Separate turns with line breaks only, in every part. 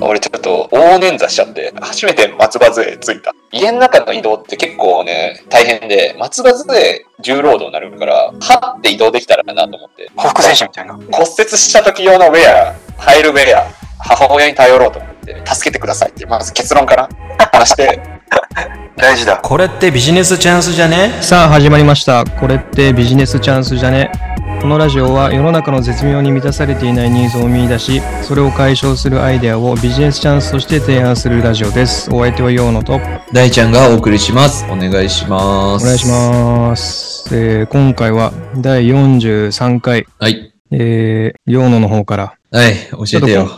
俺ちょっと大捻挫しちゃって、初めて松葉杖ついた。家の中の移動って結構ね、大変で、松葉杖重労働になるから、はって移動できたらなと思って。
報復戦士みたいな。
骨折した時用のウェア、入るウェア、母親に頼ろうと思って、助けてくださいっていう、まず結論から話して、
大事だ。
これってビジネスチャンスじゃね
さあ始まりました。これってビジネスチャンスじゃねこのラジオは世の中の絶妙に満たされていないニーズを見出し、それを解消するアイデアをビジネスチャンスとして提案するラジオです。お相手はヨーノとお
大ちゃんがお送りします。お願いします。
願いします。えー今回は第43回、
はい。
えー、ヨーノの方から
はい、教えてよ。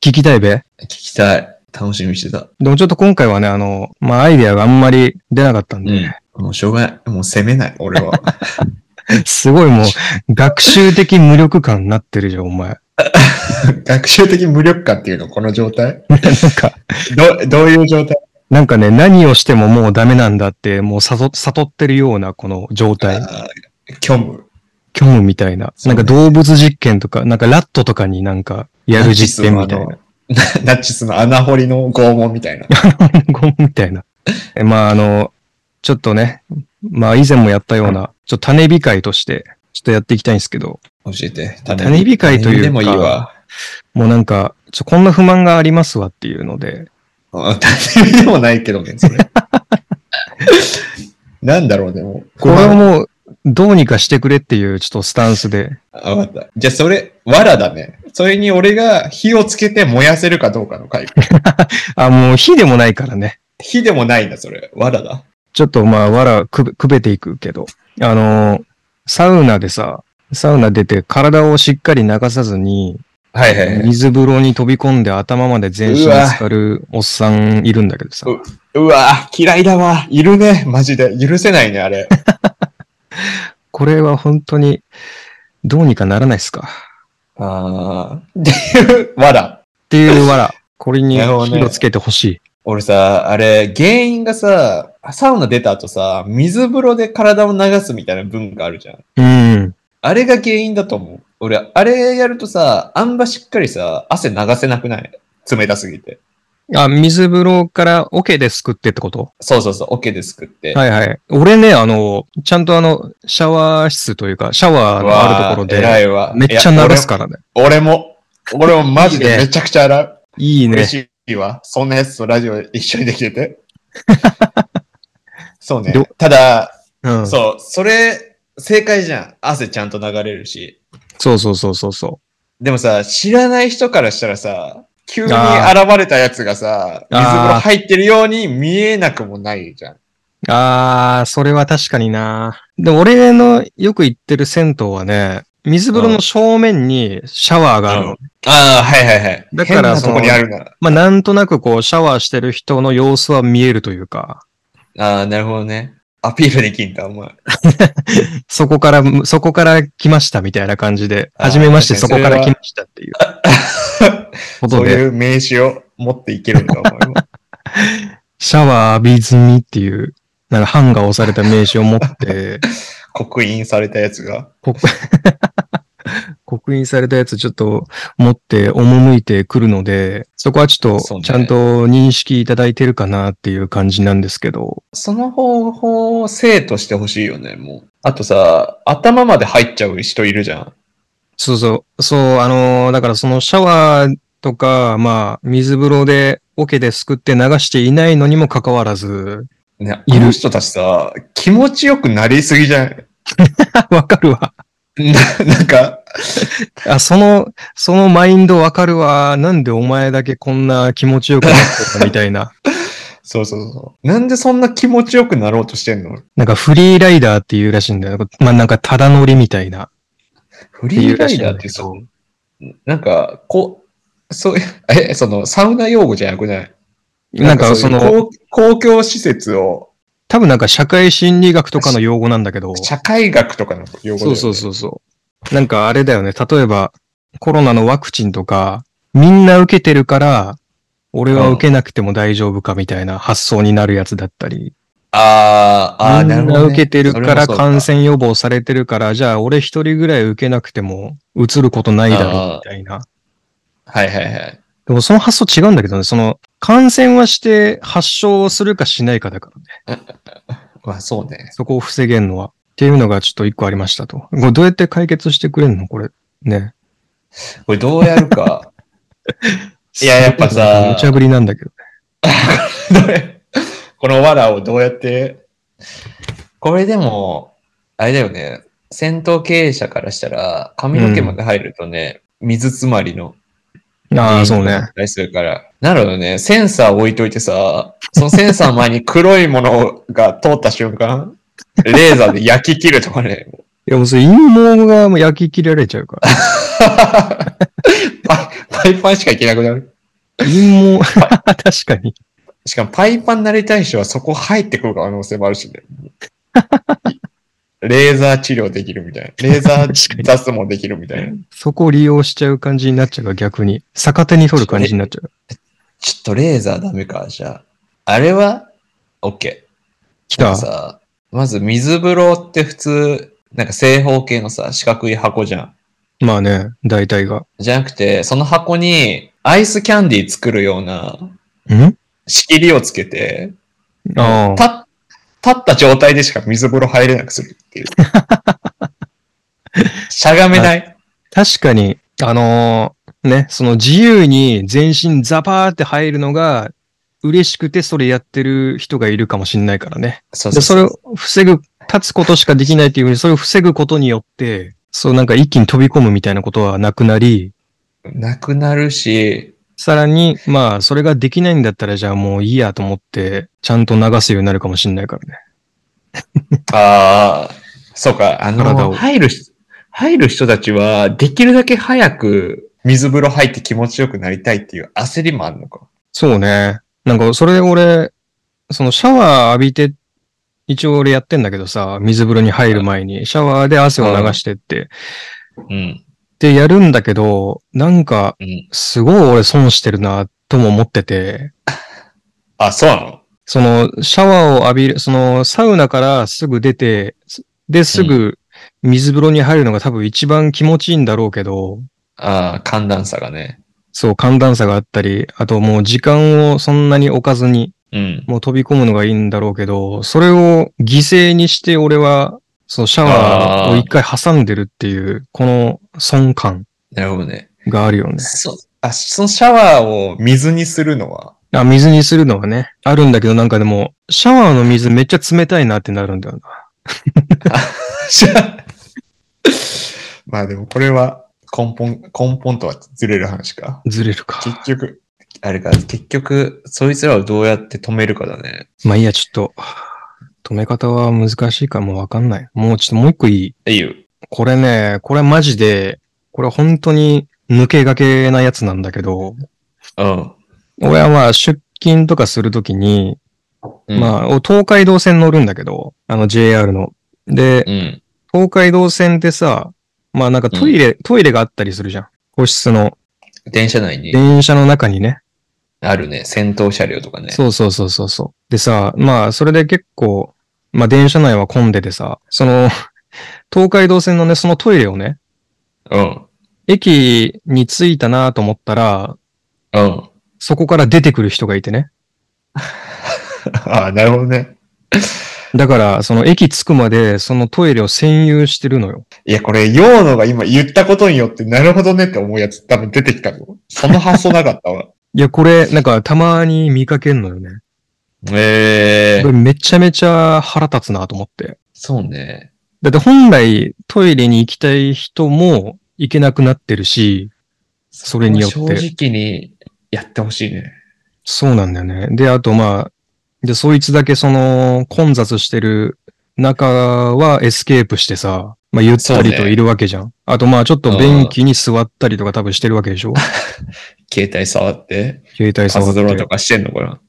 聞きたいべ
聞きたい。楽しみにしてた。
でもちょっと今回はね、あの、まあ、アイデアがあんまり出なかったんで、
うん。もうしょうがない。もう攻めない、俺は。
すごいもう学習的無力感になってるじゃん、お前。
学習的無力感っていうの、この状態
なんか、
ど、どういう状態
なんかね、何をしてももうダメなんだって、もう悟悟ってるようなこの状態、
あー虚無。
虚無みたいな。
そう
な
んね
か動物実験とか、なんかラットとかになんかやる実験みたいな。
ナチスの 穴掘りの拷問みたいな。
ゴ ンみたいな。えまああの、ちょっとね、まあ以前もやったような、ちょっと種火会として、ちょっとやっていきたいんですけど、
教えて。
種火会というか
でもいいわ。
もうなんか、ちょこんな不満がありますわっていうので、
うん 種火でもないけどね、それ。 なんだろう、でも。
これをもうどうにかしてくれっていうちょっとスタンスで、
あ、わかった。じゃあ、それ、わらだね。それに俺が火をつけて燃やせるかどうかの回復。
あ、もう火でもないからね。
火でもないんだ、それ。わらだ。
ちょっとまあ、わらくべ、くべていくけど、あのーサウナでさ、サウナ出て体をしっかり流さずに、
はい
水風呂に飛び込んで頭まで全身に浸かるおっさんいるんだけどさ、
うわ嫌いだわ。いるね。マジで。許せないね、あれ。
これは本当にどうにかならないっすかっ
あー。っていう、わら。
ていうわら、これに
なるほどね
火をつけてほしい。
俺さ、あれ、原因がさ、サウナ出た後さ、水風呂で体を流すみたいな文化あるじゃん。
うん。
あれが原因だと思う。俺、あれやるとさ、あんましっかりさ、汗流せなくない冷たすぎて。
あ、水風呂から桶ですくってってこと
そうそうそう、桶ですくって。
はいはい。俺ね、あの、ちゃんとあの、シャワー室というか、シャワーのあるところ
うわー偉
で、
いわ。
めっちゃ
いや
流すからね。
俺も。俺もマジ
いい
で
ね
めちゃくちゃ洗う。
いいね。
嬉しいわ。そんなやつとラジオ一緒にできて て。そうね
ど。
ただ、
うん。そ
そ
う
う、それ、正解じゃん。汗ちゃんと流れるし。
そうそうそうそ
でもさ、知らない人からしたらさ、急に現
あ
れたやつがさ、
あー
水風呂入ってるように見えなくもないじゃん。
う。あー、それは確かにな。で、俺のよく行ってる銭湯はね、水風呂の正面にシャワーがあるの。
ああ、はいはいはい。
だか
変
ら
なとこにあるなら。
まあ、なんとなくこう、シャワーしてる人の様子は見えるというか、
ああ、なるほどね。アピールできんだ、お前。
そこから、そこから来ましたみたいな感じで、
あー
はじめましてそ
確
こ
かに
から来ましたって いうこと
そう
で、
いう名刺を持っていけるんだ、お前は。
シャワー浴びずにっていう、なんかハンガーを押された名刺を持って、
刻印されたやつが。
こ 刻印されたやつちょっと持って赴いてくるので、そこはちょっ
そう
と
ね
ちゃんと認識いただいてるかなっていう感じなんですけど、
その方法を生としてほしいよね、もう。あとさ、頭まで入っちゃう人いるじゃん。
そうそう、そう、あのーだからそのシャワーとか、まあ、水風呂で、桶ですくって流していないのにもかかわらず、
ね、
いる
いる人たちさ、気持ちよくなりすぎじゃない
わかるわ。
ななんか、
あ、その、そのマインドわかるわ。なんでお前だけこんな気持ちよくなってたみたいな。
そうそうそう。なんでそんな気持ちよくなろうとしてんの
なんかフリーライダーっていうらしいんだよ。まあなんかただ乗りみたいな。
フリーライダーってさ、なんか、こう、そう、 え、その、サウナ用語じゃなくない
なんかそ
そうい
の、
う公公共施設を、
多分なんか社会心理学とかの用語なんだけど、
社会学とかの用語だよね
そうそうそうそう。なんかあれだよね、例えばコロナのワクチンとか、みんな受けてるから、俺は受けなくても大丈夫かみたいな発想になるやつだったり、
あー、あー、
み
なる
ん
ほ
な
ど、ね。
受けてるから
それもそう
感染予防されてるから、じゃあ俺一人ぐらい受けなくても移ることないだろうみたいな。
はいはいはい。
でもその発想違うんだけどね、その感染はして発症するかしないかだからね。
まあそうね。
そこを防げんのは。っていうのがちょっと一個ありましたと。これどうやって解決してくれんのこれ。ね。
これどうやるか。いややっぱさ
無茶ぶりなんだけどね。
どれ この罠をどうやって。これでも、あれだよね。戦闘経営者からしたら、髪の毛まで入るとね、水詰まりの。
ああ、そうね。。
するから。なるほどね。センサー置いといてさ、そのセンサーの前に黒いものが通った瞬間、レーザーで焼き切るとかね。
いや、もうそれ陰謀がもう焼き切られちゃうから。
パパ イパンしかいけなくなる。
陰謀、 確かに。
しかもパイパンになりたい人はそこ入ってくる可能性もあるし ね。レーザー治療できるみたいな。レーザー脱毛できるみたいな。
そこを利用しちゃう感じになっちゃうから逆に。逆手に取る感じになっちゃう。
ちょっとレーザーダメか、じゃあ。あれは ?OK。
来
なんか。
た
さ、まず水風呂って普通、なんか正方形のさ、四角い箱じゃん。
まあね、大体が。
じゃなくて、その箱にアイスキャンディー作るようなん仕切りをつけて、
ああ。
立っ立った状態でしか水風呂入れなくする っていう。しゃがめない。
確かに、あのーね、その自由に全身ザパーって入るのが嬉しくてそれやってる人がいるかもしんないからね。
そ
で、それを防ぐ、立つことしかできないっていうふうに、それを防ぐことによって、そうなんか一気に飛び込むみたいなことはなくなり、
なくなるし、
さらに、まあ、それができないんだったら、じゃあもういいやと思って、ちゃんと流すようになるかもしんないからね。
ああ、そうか、あ
体
の、
を
入る人、入る人たちは、できるだけ早く水風呂入って気持ちよくなりたいっていう焦りもあるのか。
そうね。なんか、それ俺、そのシャワー浴びて、一応俺やってんだけどさ、水風呂に入る前に、シャワーで汗を流してって、
うん。
で、やるんだけど、なんか
うん、
すごい俺損してるな、とも思ってて、
あ、そうなの
その、シャワーを浴びる、その、サウナからすぐ出て、すで、すぐ、水風呂に入るのが多分一番気持ちいいんだろうけど、
ああ、寒暖差がね。
そう、寒暖差があったり、あともう時間をそんなに置かずに、
うん。
もう飛び込むのがいいんだろうけど、それを犠牲にして俺は、そう、シャワーを一回挟んでるっていう、この損感
なるほどね。
があるよね。
そあそのシャワーを水にするのは、
あ、水にするのはね、あるんだけど、なんかでも、シャワーの水めっちゃ冷たいなってなるんだよな。
じゃあ まあでもこれは根本、根本とはずれる話か。
ずれるか。
結局、あれか、結局、そいつらをどうやって止めるかだね。
まあいいや、ちょっと、止め方は難しいからもうわかんない。もうちょっともう一個いい。
いいよ。
これね、これマジで、これ本当に抜けがけなやつなんだけど、
うん。
俺はまあ出勤とかするときに、
あ、
まあ、東海道線乗るんだけど、あの JR の。で、
うん。
東海道線ってさ、まあなんかトイレ、トイレがあったりするじゃん。個室の、
電車内に
電車の中にね。
あるね、戦闘車両とかね。
そうそうそうそうそう。でさ、まあそれで結構、まあ電車内は混んでてさ、その、 東海道線のね、そのトイレをね、
うん。
駅に着いたなと思ったら、
うん。
そこから出てくる人がいてね。
ああ、なるほどね。
だから、その駅着くまで、そのトイレを占有してるのよ。
いや、これ、陽野が今言ったことによって、なるほどねって思うやつ多分出てきたぞ。その発想なかった わ。
いや、これ、なんか、たまに見かけんのよね。
ええ
これめちゃめちゃ腹立つなと思って。
そうね。
だって本来トイレに行きたい人も行けなくなってるし、それによって
正直にやってほしいね。
そうなんだよね。で、あとまあ、で、そいつだけその混雑してる中はエスケープしてさ、まあゆったり
そう
と
ね
いるわけじゃん。あとまあちょっと便器に座ったりとか多分してるわけでし ょ
携帯触って、
携帯
パ
触
ズドラ
っ
と
て。
かしてんのかな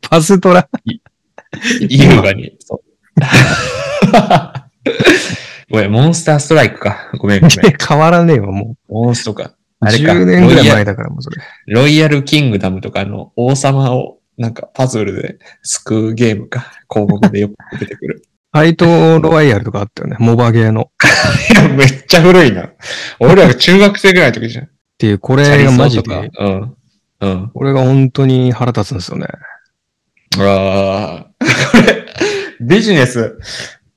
パズドラ
優雅に。 そうごめん、モンスターストライクか。ごめん、ごめん。
変わらねえわ、も
モンストか。
う。
あれか。
10年ぐらい
ロイヤ
前
ル
だからもうそれ。
ロイヤルキングダムとかの王様をなんかパズルで救うゲームか、項目でよく出てくる。
ファイトロワイヤルとかあったよね。モバゲーの。っ
いや、めっちゃ古いな。俺らが中学生ぐらいの時じゃん。
ていう、こ
チャ
れ
リ
が
ソー
マジ
とか
で、
うん。うん。
これが本当に腹立つんですよね。
ああ、これ、ビジネス、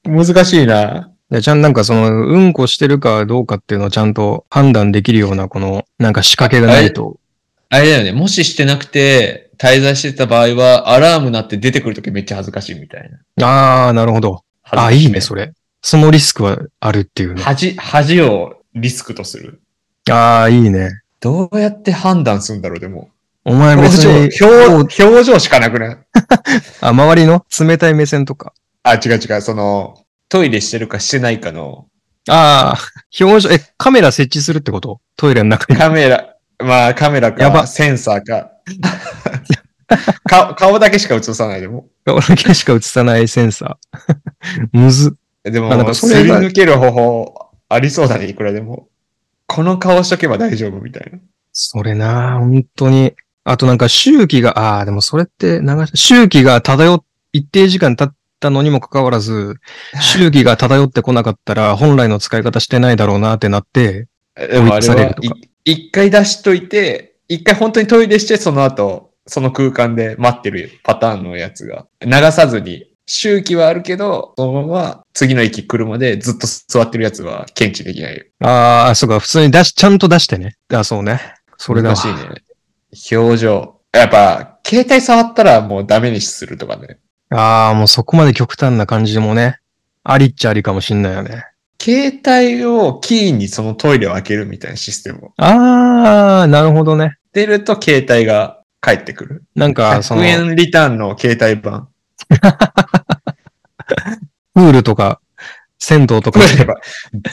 難しいな。
でちゃんなんかその、うんこしてるかどうかっていうのをちゃんと判断できるような、この、なんか仕掛けがないと。
あれだよね、もししてなくて、滞在してた場合は、アラーム鳴って出てくるときめっちゃ恥ずかしいみたいな。
あー、なるほど。あ、いいね、それ。そのリスクはあるっていうね。
恥、恥をリスクとする。
あー、いいね。
どうやって判断するんだろう、でも。
お前
表
別
情、
に、
表表情しかなくない
あ、周りの冷たい目線とか。
あ、違う違う、その、トイレしてるかしてないかの、
あー、 表情、え、カメラ設置するってことトイレの中に。
カメラ、まあカメラ
やば
か、センサーか。 顔顔だけしか映さないでも。
俺だけしか映さないセンサー。 むずっ。
で
あなんか
も、
そ
す
れ
り
が
抜ける方法ありそうだね、いくらでも。この顔しとけば大丈夫みたいな。
それなあ本当に。あとなんか周期が、ああー、でもそれって流し、周期が漂っ、一定時間経ったのにもかかわらず、周期が漂ってこなかったら本来の使い方してないだろうなってなって、
えでもあ
追
れ
い越され
は
るとか、
い一回出しといて、一回本当にトイレして、その後、その空間で待ってるパターンのやつが、流さずに、周期はあるけど、そのまま次の駅来るまでずっと座ってるやつは検知できないよ。
ああ、そうか、普通に出し、ちゃんと出してね。あそうね。それだわ
難しいね。表情。やっぱ、携帯触ったらもうダメにするとかね。
ああ、もうそこまで極端な感じもね、ありっちゃありかもしんないよね。
携帯をキーにそのトイレを開けるみたいなシステムを。
ああ、なるほどね。
出ると携帯が返ってくる。
なんか、その
100、円リターンの携帯版。
プールとか、銭湯とか
例、えば、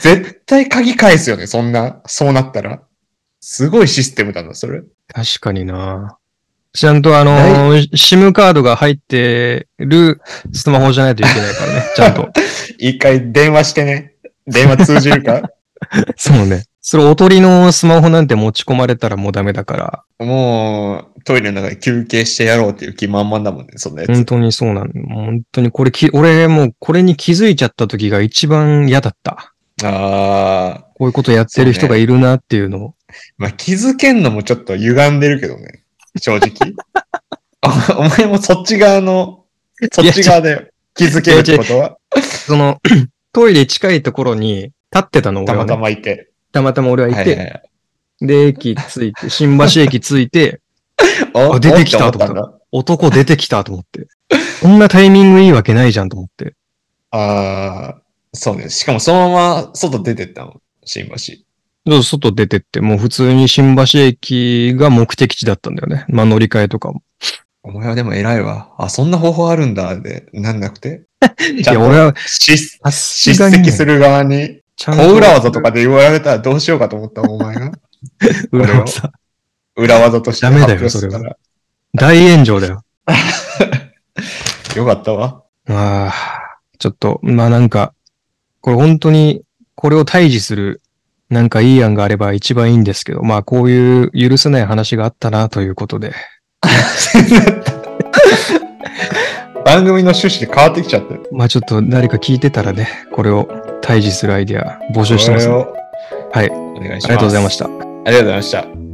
絶対鍵返すよね、そんな、そうなったら。すごいシステムだな、それ。
確かになちゃんとあのー、SIM カードが入ってるスマホじゃないといけないからね、ちゃんと。
一回電話してね。電話通じる か
そうね。それおとりのスマホなんて持ち込まれたらもうダメだから、
もう、トイレの中で休憩してやろうっていう気満々だもんね、そんなや
本
つ。
当にそうなん本当にこれき、俺もうこれに気づいちゃった時が一番嫌だった。
ああ、
こういうことやってる人がいるなっていうのを。
まあ、気づけんのもちょっと歪んでるけどね、正直。 おお前もそっち側の、そっち側だよ。気づけるってことは、
その、 トイレ近いところに立ってたの、俺
た
は、
ま
ね。
たまいて。
たまたま俺はいて、
はいはいはい
で、駅つ いて、新橋駅ついて、
お
あ出てきた
おっ思ったんだ。
男出てきたと思って。こんなタイミングいいわけないじゃんと思って。
ああ、そうね。しかもそのまま外出てったの。新橋。
そう外出てって、もう普通に新橋駅が目的地だったんだよね。まあ乗り換えとかも。
お前はでも偉いわ。あ、そんな方法あるんだ。で、なんなくて。
い
ゃん
や、
と
俺は、
し
さ
叱
すがにね
責する側に、
ちゃんと
小裏技とかで言われたらどうしようかと思ったお前 が。
裏技。
裏技として
ダメだ
発
よ
表した
そ
から。
大炎上だよ。
よかったわ。
ああ、ちょっと、まあなんか、これ本当に、これを退治する、なんかいい案があれば一番いいんですけど、まあこういう許せない話があったなということで。
番組の趣旨で変わってきちゃって。
まあちょっと誰か聞いてたらね、これを退治するアイディア募集してます、
これ
ね。
を
はい。
お願いします。
ありがとうございました。
ありがとうございました。